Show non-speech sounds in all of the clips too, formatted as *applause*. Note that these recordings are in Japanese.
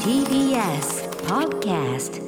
TBS Podcast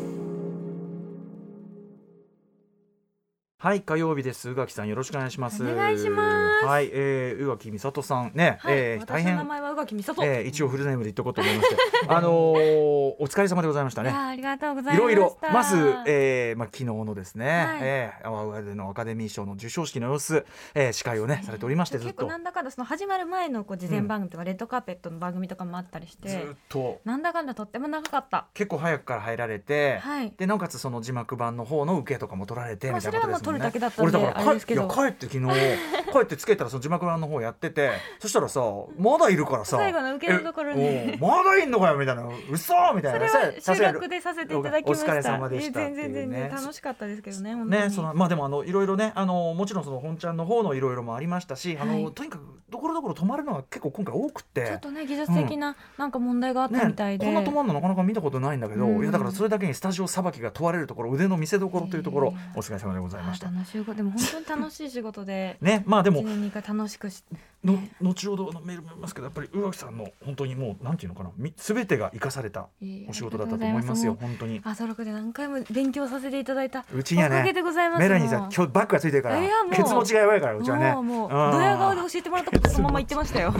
はい火曜日です宇垣さんよろしくお願いしますお願いしますはい、えー、宇垣美里さんね、はい、えー大私の名変前は宇垣美里、えー、一応フルネームで言っとこうと思いま *laughs* してあのー、お疲れ様でございましたいやねーありがとうございまいしたろいろまず、えーまあ、昨日のですね、はいえー、アワウアでのアカデミー賞の授賞式の様子、えー、司会をねされておりましてずっ結構となんだかんだその始まる前のこう事前番組とかレッドカーペットの番組とかもあったりしずてっ、となんだかんだとっても長かった結構早くから入られて、はいでなおかつその字幕版の方の受けとかも取られてまあみたいなことですもんね。それはもう取るだけだったんで俺だからあれですけど帰いや帰って昨 *laughs* 日帰ってつけたらその字幕版の方やっててそしたらさまだいるからさ最後の受けのところにえおうまだいんのかよみたいな嘘みたいそなれは収録でさせていただきましたお疲れ様でしたいっやていうね全然全然楽しかったですけどね本当にね、そのまあでもあのいろいろねあのもちろんその本ちゃんの方のいろいろもありましたし、あはのいとにかくところどころ止まるのが結構今回多くて。ちょっとね技術的ななんか問題があったみたね、いで、こんな止まんのなかなか見たことないんだけど、うんいやだからそれだけにスタジオさばきが問われるところ腕の見せ所というところ、お疲れ様でございまあした。ー楽しいことでも本当に楽しい仕事でねまあで一も年に一回楽しくしの後ほどのメールもありますけどやっぱり宇垣さんの本当にもうなんていうのかなみ全てが生かされたいえいえお仕事だったと思いますよありがとうござい本当に。朝六で何回も勉強させていただいたうちにはねおかげでございますメラニーさもんう今日バッグがついてるからいやもうケツ持ちがやばいからうちはね。もうもう、うんドヤ顔で教えてもらったことそのまま言って *laughs* ましたよ。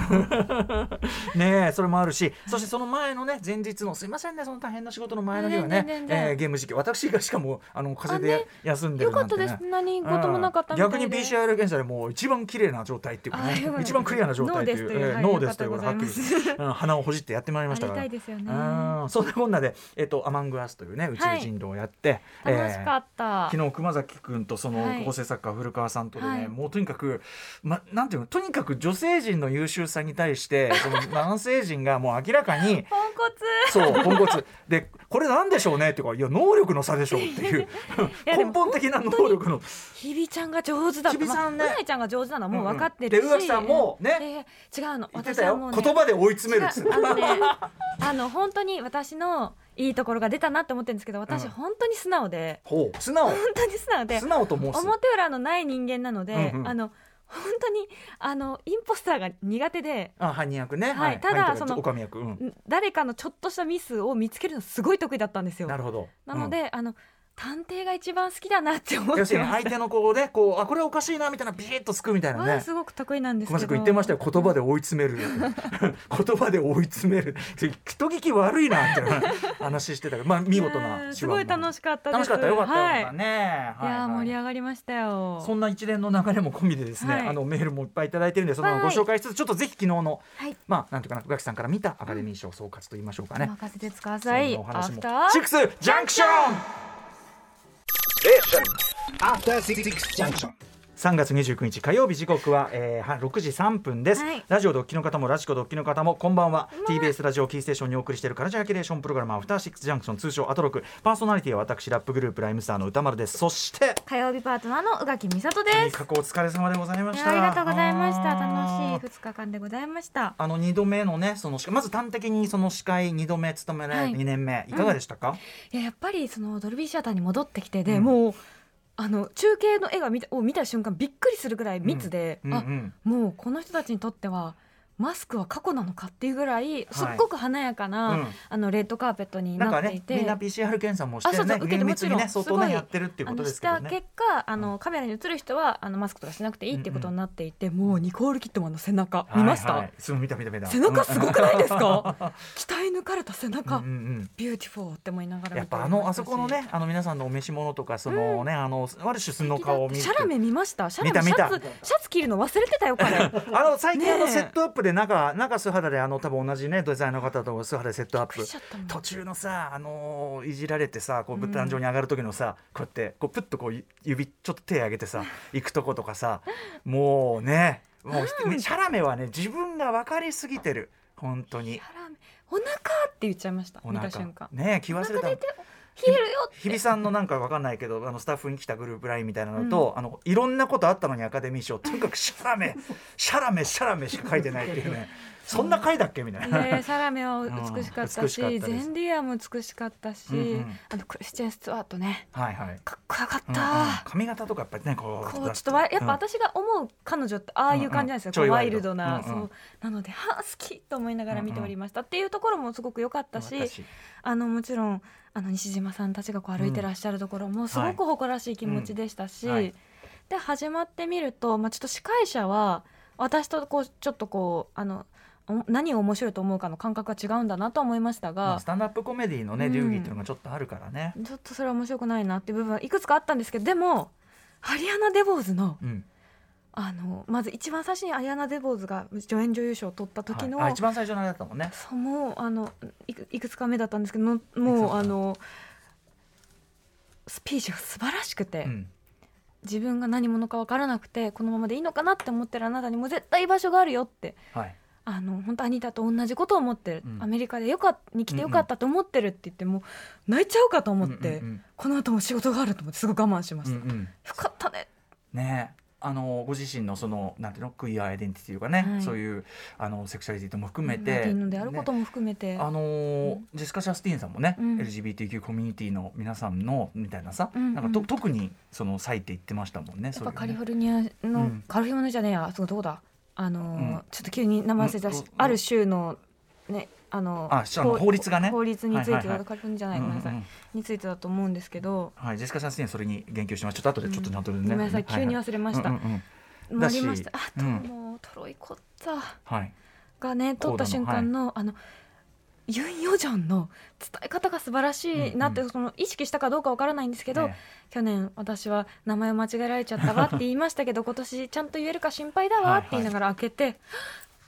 ねえそれもあるし、そしてその前のね前日のすいませんねその大変な仕事の前の日はね全、然全然えー、ゲーム時期私がしかもあの風邪あでね休んでよるかなんったてね。です。何事もなかったみたいで。逆に PCR 検査でもう一番綺麗な状態っていうかあーねよかった一番クリアな状態っていうえーノノーーでですすとといいううことではいはっきりうん鼻をほじってやってまいりましたかあらりたいですよねうんそんなこんなで、えっと、アマングアスというね宇宙人道をやって、えー楽しかった。昨日熊崎君とそのはい構成作家古川さんとでね、はいもうとにかく、ま、なんていうのとにかく女性陣の優秀さに対してそ *laughs* の男性陣がもう明らかにポンコツ。そうポンコツでこれなんでしょうねっていうかいや能力の差でしょうっていう *laughs* いやでも根本的な能力の。ひびちゃんが上手だっひた。びさんねまあうないちゃんが上手なのはもう分かってうるんし。うんでうわきさんもねえー違うの。言って私たはよ、もうね。言葉で追い詰めるっつって違うあのね、 *laughs* あの本当に私のいいところが出たなって思ってるんですけど、私うん本当に素直で、ほう素直本当に素直で素、直と申す表裏のない人間なので、うんうんあの本当にあのインポスターが苦手で。あ犯人役ね、はいただそのおかみ役、うん、誰かのちょっとしたミスを見つけるのすごい得意だったんですよ。ななるほどのうんで、あの探偵が一番好きだなって思 *laughs* って要ますしるにた。相手のこうねこうあこれおかしいなみたいなビリッとつくみたいなはねい、すごく得意なんですけ熊ど。崎君言ってましたよ言葉で追い詰める *laughs* 言葉で追い詰める人聞き悪いなって話してたけどまあ見事うなんすごい楽しかった楽です。しかったよかったよはい。かったね、いやー盛りが上がりましたよ。そんな一連の流れも込みでですね、はいあのメールもいっぱいいただいてるんでそのはいご紹介しつつちょっとぜひ昨日の、はいまあなんていうかな宇垣さんから見たアカデミー賞総括と言いましょうかね、任せてくだそんさ。ないおア話フもターシックスジャンクション After Six Junction. 3月29日火曜日時刻は、えーは、6時3分です、はいラジオドッキの方もラジコドッキの方もこんばんは TBS ラジオキーステーションにお送りしているカルチャーキュレーションプログラムアフターシックスジャンクション通称アトロクパーソナリティは私ラップグループライムスターの歌丸ですそして火曜日パートナーの宇垣美里いでいす。過去お疲れ様でございまいしやあたりがとうございました。あー楽しい二日間でございました。あの2度目のねその司会まず端的にその司会2度目務められはい2年目、い、かがでしたか、いややっぱりそのドルビーシアターに戻ってきてうで、んもうあの中継の絵が見たを見た瞬間びっくりするぐらい密で、うんうあんもうこの人たちにとってはマスクは過去なのかっていうぐらいすっごく華やかな、うんあのレッドカーペットになんなかっていねて。みんな PCR 検査もしてねあそうそう受けて厳密にもちろねん相す当ごいねやってるっていうことですけあどのしたね結果あの、カメラに映る人はあのマスクとかしなくていいっていうことになっていて、もうニコール・キットマンの背中見ました、はいはいそう見た見た見た背中すごくないですか *laughs* 鍛え抜かれた背中、うんうんうんビューティフォーって思いながらや見っておぱありまのあしたそしこのねあの皆さんのお召し物とかそのね、あのある種素の顔を見るシャラメ見ましたシャ見たラメ見シたャツシャツ着るの忘れてたよ *laughs* 彼あの最近あのねえセットアップで中中素肌であの多分同じねデザインの方と素肌でセットアッびっくりプしちゃったもん途中のさあのーいじられてさこう壇上に上がる時のさ、こうやってこうプッとこうゆ指ちょっと手上げて *laughs* さ行くとことかさもうねもう、シャラメはね自分が分かりすぎてる本当にシャラメお腹って言っちゃいましたお見腹た瞬間ねえ気お忘れ腹た出て冷えるよ日比さんのなんかわかんないけどあのスタッフに来たグループラインみたいなのと、あのい *laughs* ろんなことあったのにアカデミー賞とにかくシャラメシャラメシャラメしか書いてないっていうねそんな回だっけみたいな、ね、サラメは美しかったし,、うん美しかったでゼすンディアも美しかったし、うんうんあのクリスチェン・スチュワートね *laughs* はいはい、かっこよかっうんうんた、髪型とかやっぱりねこうこうちょっとわやっうぱん私が思う彼女ってああいう感じなんですよ、うんうんこうワイルドな、ちょいワイルドうんうそんうなのではあ好きと思いながら見ておりました、っていうところもすごく良かったし私あのもちろんあの西島さんたちがこう歩いてらっしゃるところもすごく誇らしい気持ちでしたし、うんはいで始まってみると、まあ、ちょっと司会者は私とこうちょっとこうあのお何を面白いと思うかの感覚が違うんだなとは思いましたまあがス。タンダップコメディのねうん流儀っていうのがちょっとあるからね、ちょっとそれは面白くないなっていう部分はいくつかあったんですけどでもハリアナ・デボーズのうんあのまず一番最初にアリアナ・デボーズが助演女優賞を取った時の、はいあ一番最初のあれだったもんねそうもうあのいくいくつか目だったんですけどもいくつもうかあのスピーチが素晴らしくて、うん自分が何者か分からなくてこのままでいいのかなって思ってるあなたにも絶対居場所があるよってはいあの本当アニタと同じことを思ってる、うんアメリカでよかっに来てよかったと思ってるって言って、もう泣いちゃうかと思って、うんうんこの後も仕事があると思ってすごい我慢しまうしんた、うんうんよかったねねあのご自身のそのなんていうのクイアアイデンティティというかね、はいそういうあのセクシャリティとも含めラて、ティンのであることも含めて、あのージェスカ・シャスティーンさんもね、うん LGBTQ コミュニティの皆さんのみたいなさ、うんうんなんかと特にその割いて言ってましたもんね。やそうっぱいうカリフォねルニアの、うんカリフォルニアじゃねえやあそこどこだあのー、うんちょっと急に名前忘れたし、うんある州のねあのあしあのこう法律がね法律についてはいはいはいカリフォルニアじゃないごめんなさい、うんうんうんについてだと思うんですけど、はい、ジェスカ・シャスティーンそれに言及しました。ちょっと後でちょっとちゃんとね、ごめんなさい急には忘れました、うんうんうんもありましだたしあとうんもうトロイコッツァはい、がね撮った瞬間の、あのユン・ヨジョンの伝え方が素晴らしいなって、うんその意識したかどうかわからないんですけど、ね去年私は名前を間違えられちゃったわって言いました *laughs* けど今年ちゃんと言えるか心配だわって言いながら開けて、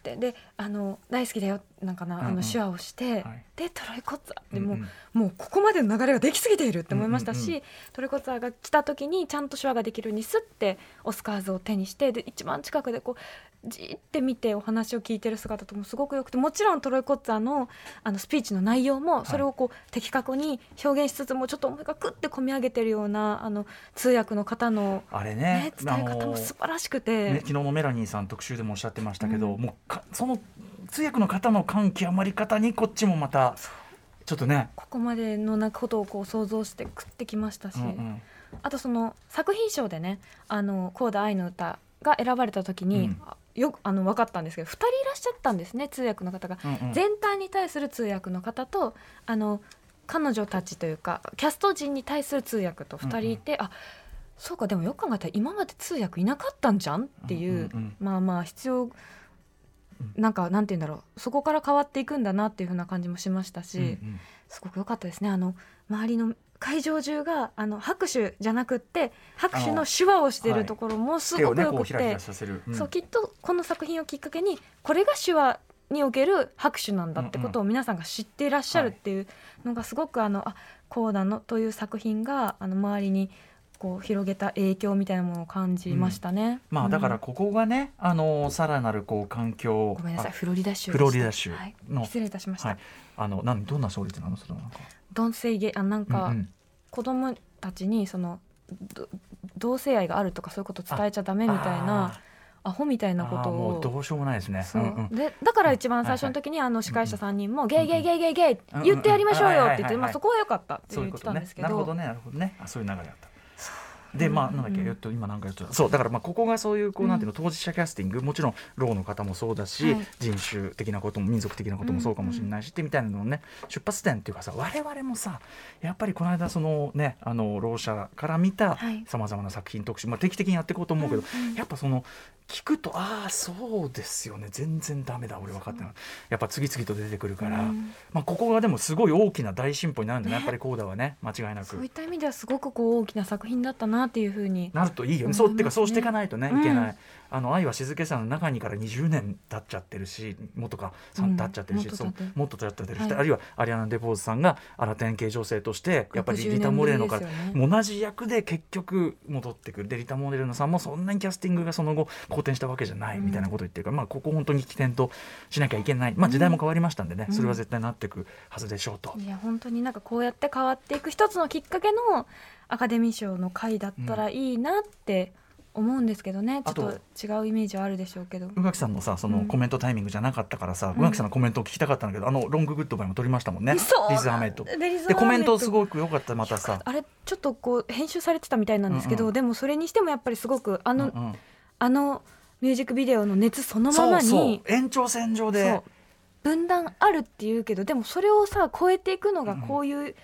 でであの大好きだよなんかな、うんあうんの手話をして、はいでトロイコッツァでもう,、うんうんもうここまでの流れができすぎているって思いましたし、うんうんうトロイコッツァが来た時にちゃんと手話ができるようにスッてオスカーズを手にしてで一番近くでこうじーって見てお話を聞いてる姿ともすごくよくてもちろんトロイコッツァのあのスピーチの内容もそれをこう、的確に表現しつつもちょっと思いがくって込み上げてるようなあの通訳の方の、あれねね、伝え方も素晴らしくて、ね、昨日のメラニーさん特集でもおっしゃってましたけど、うんもうかその通訳の方の感極まり方にこっちもまたちょっとね、ここまでのなことをこう想像して食ってきましたし、うんうんあとその作品賞でね「あのコーダ愛の歌」が選ばれた時うに、んあよくあの分かったんですけど2人いらっしゃったんですね通訳の方が。うんうん全体に対する通訳の方とあの彼女たちというかキャスト陣に対する通訳と2人いて、あそうかでもよく考えたら今まで通訳いなかったんじゃんっていう、うんうんまあまあ必要なんかなんて言うんだろうそこから変わっていくんだなっていう風な感じもしましたし、うんうんすごく良かったですねあの周りの会場中があの拍手じゃなくって拍手の手話をしあてのはるいところもす手ごをくね良こくうて、ひらひらさせる、うんそうきっとこの作品をきっかけにこれが手話における拍手なんだってことを皆さんが知っていらっしゃるっていうのがすごくあのあコーダのという作品があの周りにこう広げた影響みたいなものを感じましたね。まあだかうらんここがね、あのさらなるこう環境ごめんなさいあフロリダ州でしたフロリダ州はいの失礼いたしました。はいあのなんどんな勝率なのそれはなんか男性ゲあなんか、うんうん子供たちにそのど同性愛があるとかそういうこと伝えちゃダメみたいなアホみたいあーなことあーもをうどうしようもないですね。そううんうんでだから一番最初の時にあの司会者3人も「ゲイゲイゲイゲイゲイ」うん言ってやりましょうようんうんはいはいはいって言って、はいまあ、そこは良かったってそうい言うっこてとたんねです。けなるほどどね、なるほどね。あ、そういう流れだった。で、まあ、なんだっけ、うんえっと、今なんかやっちゃったそう、だから、まあ、ここがそういう、こう、なんていうの、当事者キャスティング、もちろん、ろうの方もそうだしはい。人種的なことも、民族的なこともそうかもしれないし、ってみたいなのをね。出発点っていうかさ、我々もさ、やっぱり、この間、その、ね、あの、ろう者から見たはい。さまざまな作品特集、まあ、定期的にやっていこうと思うけど、うんうんやっぱ、その。聞くとああそうですよね全然ダメだ俺分かってないやっぱ次々と出てくるから、うんまあ、ここがでもすごい大きな大進歩になるんだねやっぱりコーダはね間違いなそういくった意味ではすごくこう大きな作品だったなっていうふうになるといいよね思いますそねうっていうかそうしていかないとねうんいけない、あの愛は静けさの中にから20年経っちゃってるしもっとかさうん経っちゃってるし、もっとそ経うってるもっと経っちゃってるし、はいあるいはアリアナ・デポーズさんが新たな形状性としてやっぱりリタ・モレーノから60年ぶりですよねもう同じ役で結局戻ってくるでリタ・モレーノさんもそんなにキャスティングがその後好転したわけじゃないみたいなことを言ってるから、まあ、ここ本当に起点としなきゃいけない、まあ、時代も変わりましたんでね、うんそれは絶対なってくはずでしょうと。いや本当になんかこうやって変わっていく一つのきっかけのアカデミー賞の回だったらいいなって思うんですけどねちょあっとと違うイメージはあるでしょうけど宇垣さんのさそのうんコメントタイミングじゃなかったからさ、うん宇垣さんのコメントを聞きたかったんだけどあのロンググッドバイも撮りましたもんねそうリズ・アメイト。でリズでコメントすいごく良かったまたさ。あれちょっとこう編集されてたみたいなんですけど、うんうんでもそれにしてもやっぱりすごくあうんうの、んあのミュージックビデオの熱そのまそまうにそう延長線上そでう分断あるっていうけどでもそれをさ超えていくのがうんこういう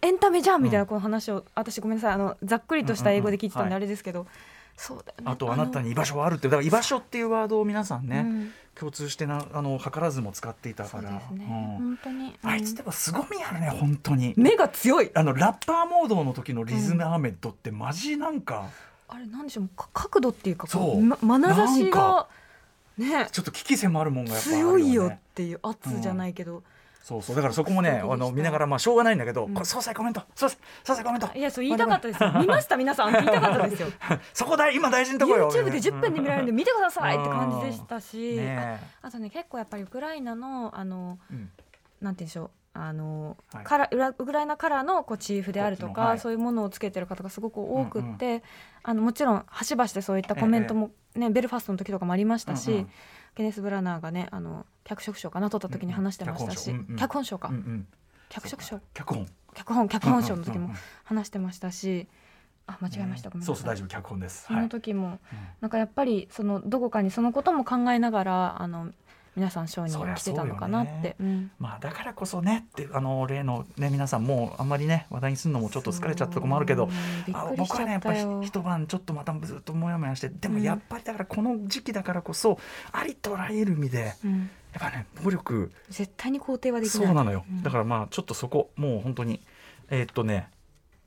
エンタメじゃんみたいうんなこの話を、私ごめんなさいあのざっくりとした英語で聞いてたんうんうんではいあれですけど、そうだよねあとあなたのに居場所はあるってだから居場所っていうワードを皆さんね、うん共通してなあの図らずも使っていたかそうでら、すね、うん本当にあいつでも凄みあるね本当に。目が強いあのラッパーモードの時のリズムアメッドってマジなんかあれなんでしょうか角度っていうかそうこうま眼差なんしかがねちょっと危機迫るもんがやっぱあるよ強ね。いよっていう圧じゃないけど、そうそうだからそこもねそうでしたあの見ながらまあしょうがないんだけど、うんこれ総裁コメント総裁総裁コメントいやそう言いたかった *laughs* ですよ見ました皆さん見たかったですよそこだ今大事なとこよ YouTube で10分で見られるんで見てくださいって感じでしたうんし、ねえああとね結構やっぱりウクライナのあのうんなんて言うんでしょうあの、はいカラウラウクライナカラーのこうチーフであるとこっちか、のはいそういうものをつけてる方がすごく多くって、あのもちろん端々でそういったコメントも、ねベルファストの時とかもありましたし、うんうんケネス・ブラナーがねあの脚色賞かな取った時に話してましたし、うんうん脚本賞か、うんうん脚色賞脚本脚本脚本賞の時うんうんもうん話してましたし、あ間違えました、ごめんなさそいうそう大丈夫脚本ですそはのい時も、うんなんかやっぱりそのどこかにそのことも考えながらあの皆さん賞にそりゃ来てたのかなって。うんまあだからこそねってあの例のね皆さんもうあんまりね話題にするのもちょっと疲れちゃったとこもあるけどそうびっあくりし僕ちはねゃやっっぱたりよひ一晩ちょっとまたずっとモヤモヤしてでもうんやっぱりだからこの時期だからこそ、ありとあらゆる意味でやっうんぱね暴力絶対に肯定はできないそうなのよ、うんだからまあちょっとそこもう本当にえーっとね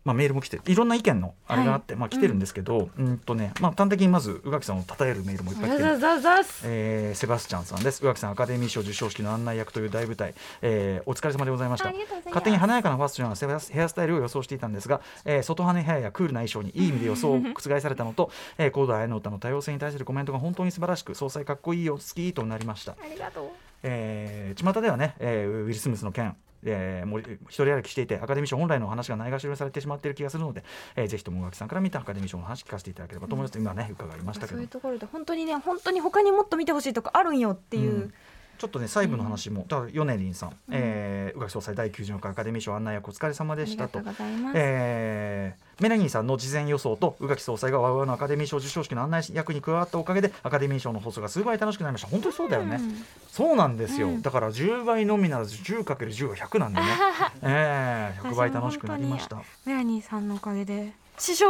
まあ、メールも来ていろんな意見のあれがあって、まあ、来てるんですけど、うんとねまあ、端的にまず宇垣さんを称えるメールもいっぱい来てるざざざざすえーセバスチャンさんです宇垣さんアカデミー賞授賞式の案内役という大舞台、えーお疲れ様でございましたありがとうございます勝手に華やかなファッションやセバスヘアスタイルを予想していたんですが、えー外跳ねヘアやクールな衣装にいい意味で予 *laughs* 想を覆されたのと、えー、高度彩の歌の多様性に対するコメントが本当に素晴らしく総裁かっこいいよ好きとなりましたありがとうえー、巷ではね、えーウィル・スミスの件、えー、もう一人歩きしていてアカデミー賞本来のお話がないがしろにされてしまっている気がするので、えー、ぜひとも宇垣さんから見たアカデミー賞の話聞かせていただければと思います、今ね伺いましたけそどうもいうところで本当にね本当に他にもっと見てほしいとこあるんよっていう、うんちょっとね細部の話も、だから米林さん、えー宇垣総裁第94回アカデミー賞案内役お疲れ様あでりしたがととうございます、えーメラニーさんの事前予想と宇垣総裁がワウワウのアカデミー賞授賞式の案内役に加わったおかげでアカデミー賞の放送が数倍楽しくなりました本当にそうだよね、うんそうなんですよ、うんだから10倍のみならず 10×10 は100なんでね、 *laughs* えー、100倍楽しくなりましたメラニーさんのおかげで師匠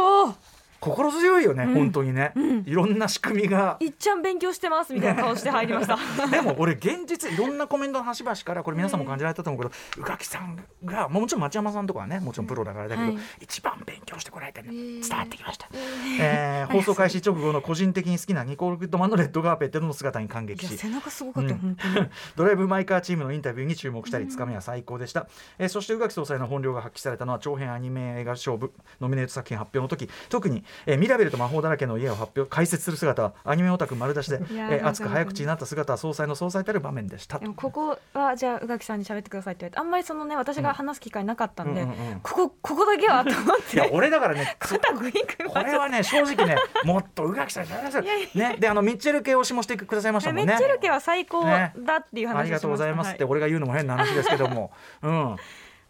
心強いよね、うん本当にね、うんいろんな仕組みがいっちゃん勉強してますみたいな顔して入りました *laughs* でも俺現実いろんなコメントの端々からこれ皆さんも感じられたと思うけど宇垣さんがもちろん町山さんとかはねもちろんプロだからだけど、はい一番勉強してこられたのえ伝ーわってきました、 *laughs* ええー放送開始直後の個人的に好きなニコール・グッドマンのレッドカーペットの姿に感い激やし背中すごかったよ、うん本当に *laughs* ドライブ・マイ・カーチームのインタビューに注目したりつかみは最高でした、えーそして宇垣総裁の本領が発揮されたのは長編アニメ映画賞部ノミネート作品発表の時特に、えーミラベルと魔法だらけの家を発表解説する姿はアニメオタク丸出しで、えいやー熱く早口になった姿は総裁の総裁たる場面でしたでもここはじゃあ宇垣さんに喋ってくださいって言われてあんまりそのね私が話す機会なかったんで、うんうんうんここここだけはと思っいやて俺だからね肩グイグイ回っちこゃったれはね正直ねもっと宇垣さんに喋らせるねであのミッチェル系推しもしてくださいましたもメんねッチェル家は最高だっていう話をしました、ありがとうございますっては俺が言うのも変な話ですけど *laughs* もうん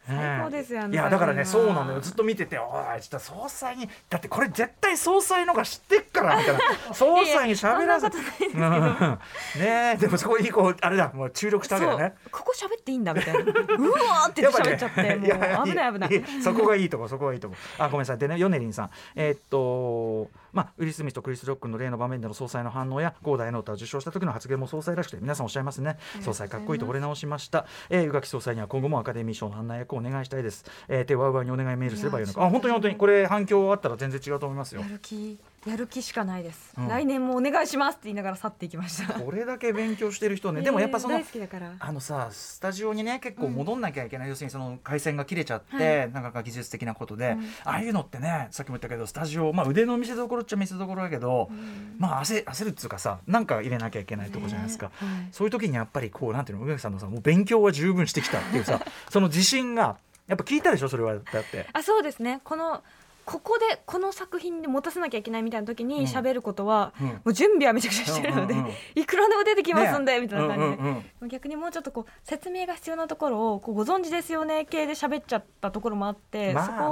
最高ですよあのいやだからね最そ後うのなのよずっと見てておいちょっと総裁にだってこれ絶対総裁のが知ってっから *laughs* みたいな総裁に喋らずいやうんねえでもそこにこうあれだもう注力したわけだねそうここ喋っていいんだみたいなうわーってや言っっぱてね喋っちゃってもう危ない危ないややそこがいいとこそこがいいとこあごめんなさいでねヨネリンさんえーっとまあウィリス・ミスとクリス・ロックの例の場面での総裁の反応や高大の歌を受賞した時の発言も総裁らしくて皆さんおっしゃいますねりがとうございます総裁かっこいいと惚れ直しましたえー宇垣総裁には今後もアカデミー賞の案内役をお願いしたいですえー手ワウワウにお願いメールすればいいのいかやあ本当に本当にこれ反響あったら全然違うと思いますよやる気やる気しかないです、うん来年もお願いしますって言いながら去っていきましたこれだけ勉強してる人ねでもやっぱそのえー大好きだからあのさスタジオにね結構戻んなきゃいけない、要するにその回線が切れちゃって、なかなか技術的なことで、うんああいうのってねさっきも言ったけどスタジオ、まあ、腕の見せ所っちゃ見せ所だけど、まあ焦焦るっつうかさなんか入れなきゃいけないとこじゃないですか、ねはいそういう時にやっぱりこうなんていうの宇垣さんのさもう勉強は十分 *laughs* してきたっていうさその自信がやっぱ聞いたでしょそれはだって。あそうですねこのここでこの作品で持たせなきゃいけないみたいな時うんに喋ることは、うんもう準備はめちゃくちゃしてるので、うんうんうんいくらでも出てきますんで、みたいな感じで、うんうんうん逆にもうちょっとこう説明が必要なところをこうご存知ですよね系で喋っちゃったところもあって、まあそこまあ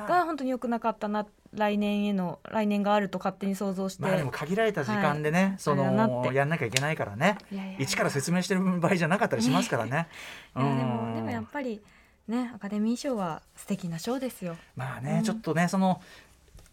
まあが本当に良くなかったな来年への来年があると勝手に想像して、まあでも限られた時間でね、そあれだなっのてやんなきゃいけないからねいやいや一から説明してる場合じゃなかったりしますからね。いやでうんもでもやっぱりねアカデミー賞は素敵な賞ですよ。まあね、うんちょっとねその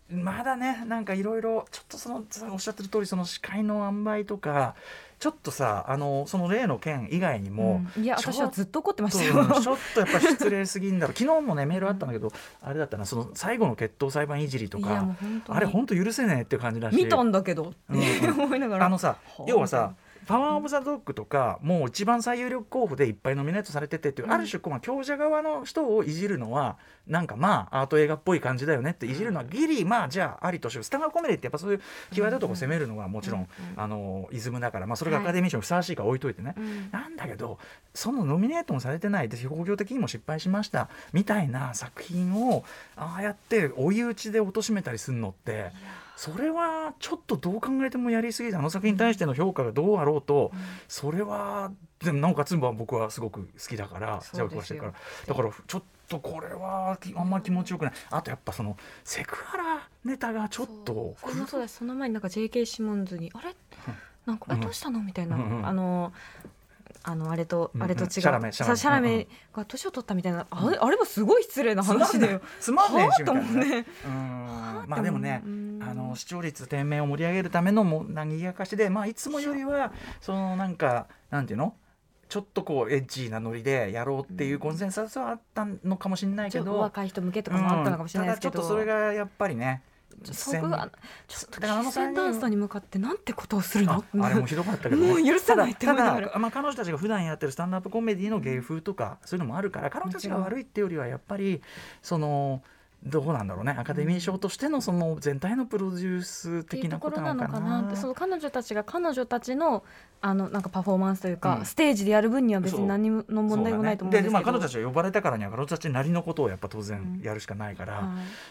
まだねなんかいろいろちょっとそのそのおっしゃってる通りその司会の塩梅とかちょっとさあのその例の件以外にも、うんいやちょっ私はずっと怒ってまそしうたちよ。ょっとやっぱ失礼すぎんだろう *laughs* 昨日もねメールあったんだけどあれだったなその最後の決闘裁判いじりと *laughs* いやもうか本当にあれ本当許せねえって感じだし見たんだけどうんって *laughs* 思いながら。あのさほう要はさパワー・オブ・ザ・ドッグとかもう一番最有力候補でいっぱいノミネートされててっていう、うんある種こう強者側の人をいじるのはなんかまあアート映画っぽい感じだよねっていじるのはギリまあじゃあありとしようスタンガーコメディってやっぱそういう際どいとこ攻めるのはもちろん、あのイズムだから、まあ、それがアカデミー賞にふさわしいか置いといてね、うんなんだけどそのノミネートもされてないで工業的にも失敗しましたみたいな作品をああやって追い打ちで貶としめたりするのってそれはちょっとどう考えてもやりすぎであの作品に対しての評価がどうあろうと、それはでもなおかつ僕はすごく好きだからそ邪う悪ではしすてよるからだからちょっとこれはきあんま気持ちよくないあとやっぱそのセクハラネタがちょっとそうそれもそうですその前になんか J.K. シモンズにあれなんか、うんえどうしたのみたいな、うんうんあのあのあれとうんあれと違う、シャラメシシャラメャラメが年を取ったみたいな、あれあれはすごい失礼な話だよ。つまんねえしみたいなはあと思うねうんまあでもねうんあの視聴率低迷を盛り上げるためのもうなぎやかしで、まあ、いつもよりはそのなんかなんていうのちょっとこうエッジーなノリでやろうっていうコンセンサスはあったのかもしれないちけょっど、と若い人向けとかもあったのかもしれなういんでただちょっすけど、とそれがやっぱりねそこがちょっとだからあのキスダンスに向かってなんてことをするのああれ *laughs* もひどかったけど、もう許せないってた思いなだがたらだ、まあ、彼女たちが普段やってるスタンダップコメディの芸風とか、そういうのもあるから彼女たちが悪いっていうよりはやっぱりそのどうなんだろうねアカデミー賞としてのその全体のプロデュースってい的うなとこことろなのなのかかななってその彼女たちが彼女たちのあのなんかパフォーマンスというか、うんステージでやる分には別そうに何もの問題もないと思うんそうだねでですけど、まあ、彼女たちが呼ばれたからには彼女たちなりのことをやっぱ当然うんやるしかないから、はい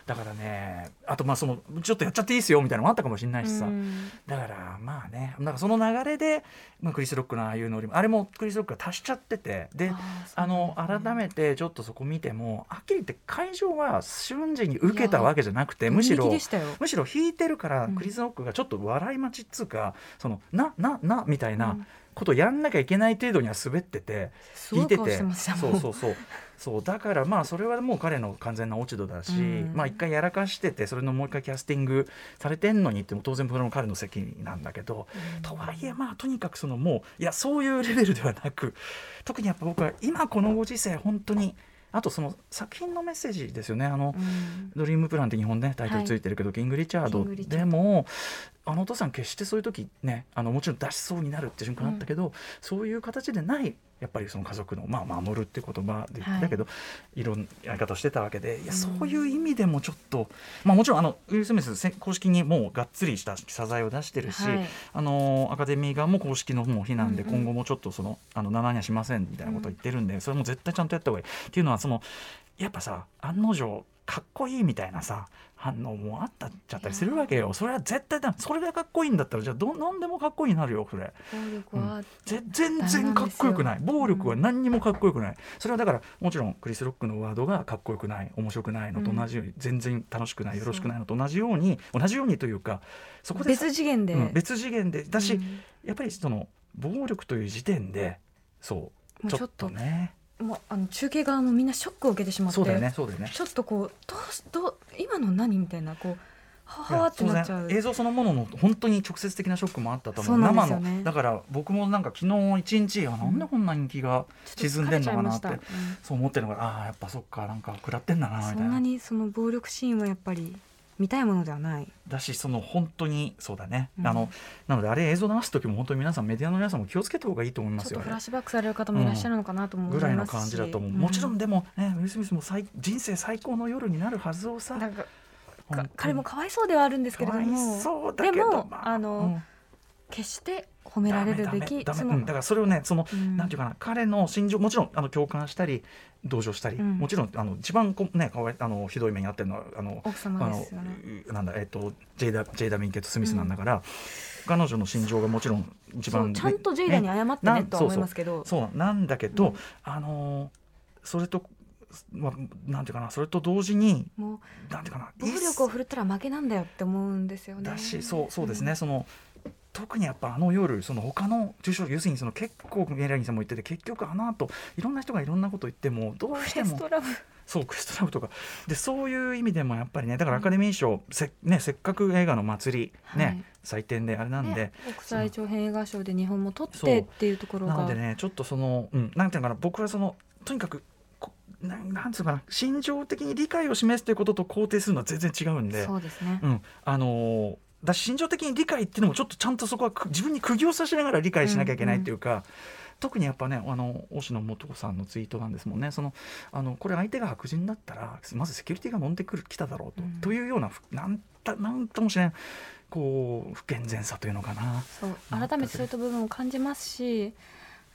だからねあとまあそのちょっとやっちゃっていいですよみたいなのもあったかもしれないしさ、うんだからまあねなんかその流れで、まあ、クリス・ロックのああいうノリもあれもクリス・ロックが足しちゃっててであーあのそうなんですね改めてちょっとそこ見てもはっきり言って会場は瞬時に受けたわけじゃなくてむし人ろ気でしたよむしろ引いてるからうんクリス・ロックがちょっと笑い待ちっつうか、そのなななみたいうんなことをやんなきゃいけない程度には滑ってて、す聞ごいいて顔てしてましたそもうんそうそうそうだからまあそれはもう彼の完全な落ち度だし、うんまあ一回やらかしててそれのもう一回キャスティングされてんのにっても当然それも彼の責任なんだけど、とはいえまあとにかくそのもういやそういうレベルではなく特にやっぱ僕は今このご時世本当にあとその作品のメッセージですよねあの、うんドリームプランって日本ねタイトルついてるけど、キング・リチャードキングリチャでードもあのお父さん決してそういう時ねあのもちろん出しそうになるって瞬間あったけど、そういう形でないやっぱりその家族の、まあ、守るって言葉で、はいだけどいろんなやり方をしてたわけでいやそういう意味でもちょっと、まあ、もちろんあのウィル・スミスせ公式にもうがっつりした謝罪を出してるし、はいあのアカデミー側も公式のもう非難で、うんうん今後もちょっとそのあの7にはしませんみたいなことを言ってるんで、それも絶対ちゃんとやった方がいい。っていうのはそのやっぱさ案の定かっこいいみたいなさ反応もあったっちゃったりするわけよそれは絶対だそれがかっこいいんだったらじゃあど何でもかっこいいになるよそれ暴力は、ぜ全然かっこよくない暴力は何にもかっこよくないそれはだからもちろんクリス・ロックのワードがかっこよくない面白くないのと同じように、全然楽しくないよろしくないのと同じように同じようにというかそこでさ別次元で、うん別次元でだし、うんやっぱりその暴力という時点でそうもうちちょょっっととねもうあの中継側もみんなショックを受けてしまってそうだよねそうだよねちょっとこうどうしどう今の何みたいなこうはははってなっちゃ当う然映像そのものの本当に直接的なショックもあったと思うそうなんです生よねのだから僕もなんか昨日一日あなんでこんな人気が沈んでんのかなって、ちょっと疲れちゃいましたうんそう思ってるのがああやっぱそっかなんか食らってんだなみたいそなんなにその暴力シーンはやっぱり見たいものではない。だしその本当にそうだね、うんあのなのであれ映像流す時も本当に皆さんメディアの皆さんも気をつけた方がいいと思いまちょっすとよあフラッれシュバックされる方もいらっしゃるのかなとも思ぐいらいのますし、感じだと思う、もちろんでも、ね、ウィル・スミスも最人生最高の夜になるはずをさうんなんか本当かに彼もかわいそうではあるんですけれかどわもいそうだけどでもまあのうん決して褒められるべきダメダメダそメうのんだからそれをねその、うんなんていうかな彼の心情もちろんあの共感したり同情したり、うんもちろんあの一番こうねかわいあのひどい目に遭ってるのはあの奥様ですよね。あのなんだえっとジェイダジェイダミンケットスミスなんだから、彼女の心情がもちろん一そう番、ちゃんとジェイダに謝ってなねんとは思いますけど。そうそうなんだけど、うんあのそれとまあなんていうかなそれと同時にもうなんていうかな暴力を振るったら負けなんだよって思うんですよね。だし、そうそうですね、その特にやっぱあの夜その他の重症要するにその結構ゲラギさんも言ってて結局あの後いろんな人がいろんなこと言ってもどうん。うフしてェスもトラブ。そうクエストラブとかでそういう意味でもやっぱりねだからアカデミー賞、せね、せっかく映画の祭り、ねはい祭典であれなんで、ね国際長編映画賞で日本も取ってっていうところなが。のでねちょっとその、うん、なんていうのかな僕はそのとにかくこなんなんつうのかな心情的に理解を示すということと肯定するのは全然違うんで。そうですね。うん、あのーだし心情的に理解っていうのもちょっとちゃんとそこはく自分に釘を刺しながら理解しなきゃいけないっていうか。特にやっぱねあの大野素子さんのツイートなんですもんねそのあのこれ相手が白人だったらまずセキュリティが飲んでくる来ただろうと,、うんというようなふなんたなんともしれんこう不健全さというのかなそう改めてそういった部分を感じますし、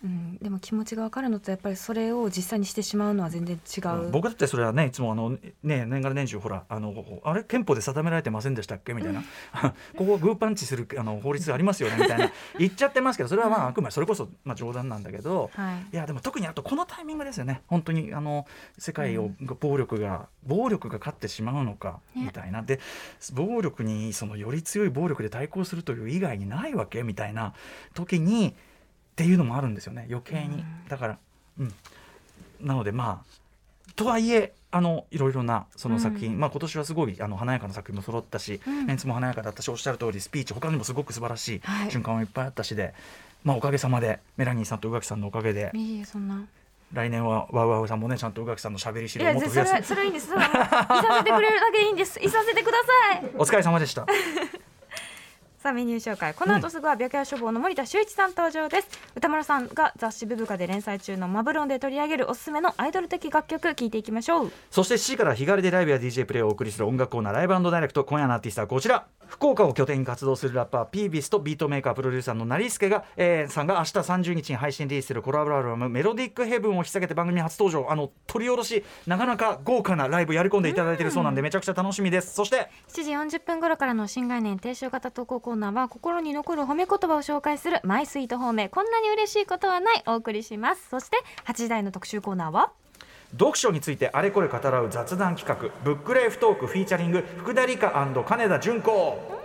うん、でも気持ちが分かるのとやっぱりそれを実際にしてしまうのは全然違う、僕だってそれはねいつもあの、ね、年がら年中ほらあのあれ憲法で定められてませんでしたっけみたいな *laughs* ここグーパンチするあの法律ありますよねみたいな言っちゃってますけどそれはまああくまでそれこそ、まあ、冗談なんだけど。はいいやでも特にあとこのタイミングですよね本当にあの世界を暴力が、暴力が勝ってしまうのかねみたいな、で暴力にそのより強い暴力で対抗するという以外にないわけみたいな時にっていうのもあるんですよね余計に、うんだからうんなのでまあとはいえあのいろいろなその作品、まあ今年はすごいあの華やかな作品も揃ったし、うんメンツも華やかだったしおっしゃる通りスピーチ他にもすごく素晴らしいはい瞬間もいっぱいあったしで、まあおかげさまでメラニーさんと宇垣さんのおかげでいえいえそんな来年はワウワウさんもねちゃんと宇垣さんのしゃべり資い料をやもっぜと増それやすはそれはいいんですそれはいさせてくれるだけいいんですいさせてくださいお疲れ様でしたさあメニュー紹介この後すぐは白夜処方の森田修一さん登場です、歌丸さんが雑誌ブブカで連載中のマブロンで取り上げるおすすめのアイドル的楽曲聞いていきましょうそして7時から日替わりでライブや DJ プレイをお送りする音楽コーナーライブダイレクト今夜のアーティストはこちら福岡を拠点に活動するラッパーピービスとビートメーカープロデューサーの成助が、えーさんが明日30日に配信リリースするコラボアルバム「メロディックヘブン」を引っ提げて番組初登場あの取り下ろしなかなか豪華なライブやり込んでいただいているそうなんでめちゃくちゃ楽しみですそして7時40分頃からの新概念提唱型投稿コーナーは心に残る褒め言葉を紹介するマイスイート方面こんなに嬉しいことはないお送りしますそして8時台の特集コーナーは読書についてあれこれ語らう雑談企画「ブックレイフトーク」フィーチャリング福田理香金田純子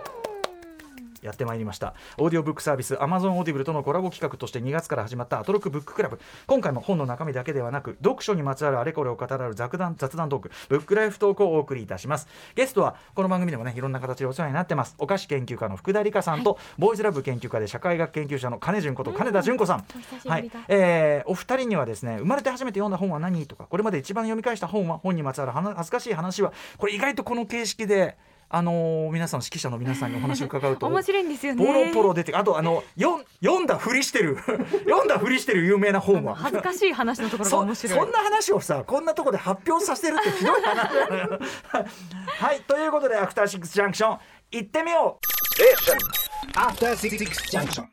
やってまいりましたオーディオブックサービス Amazon オーディブルとのコラボ企画として2月から始まったアトロックブッククラブ今回も本の中身だけではなく読書にまつわるあれこれを語らう雑談雑談トークブックライフトークをお送りいたしますゲストはこの番組でもねいろんな形でお世話になってますお菓子研究家の福田理香さんと、ボーイズラブ研究家で社会学研究者の金淳こと金田淳子さん、お久しぶりだはいえーお二人にはですね生まれて初めて読んだ本は何とかこれまで一番読み返した本は本にまつわる話恥ずかしい話はこれ意外とこの形式で、あのー皆さん指揮者の皆さんにお話を伺うと面白いんですよねポロポロ出てあとあのよん読んだふりしてる *laughs* 読んだふりしてる有名な本は恥ずかしい話のところがそ面白いそんな話をさこんなとこで発表させてるってひどい話だよはいということで「アフターシックスジャンクション」行ってみよう After Six Junction.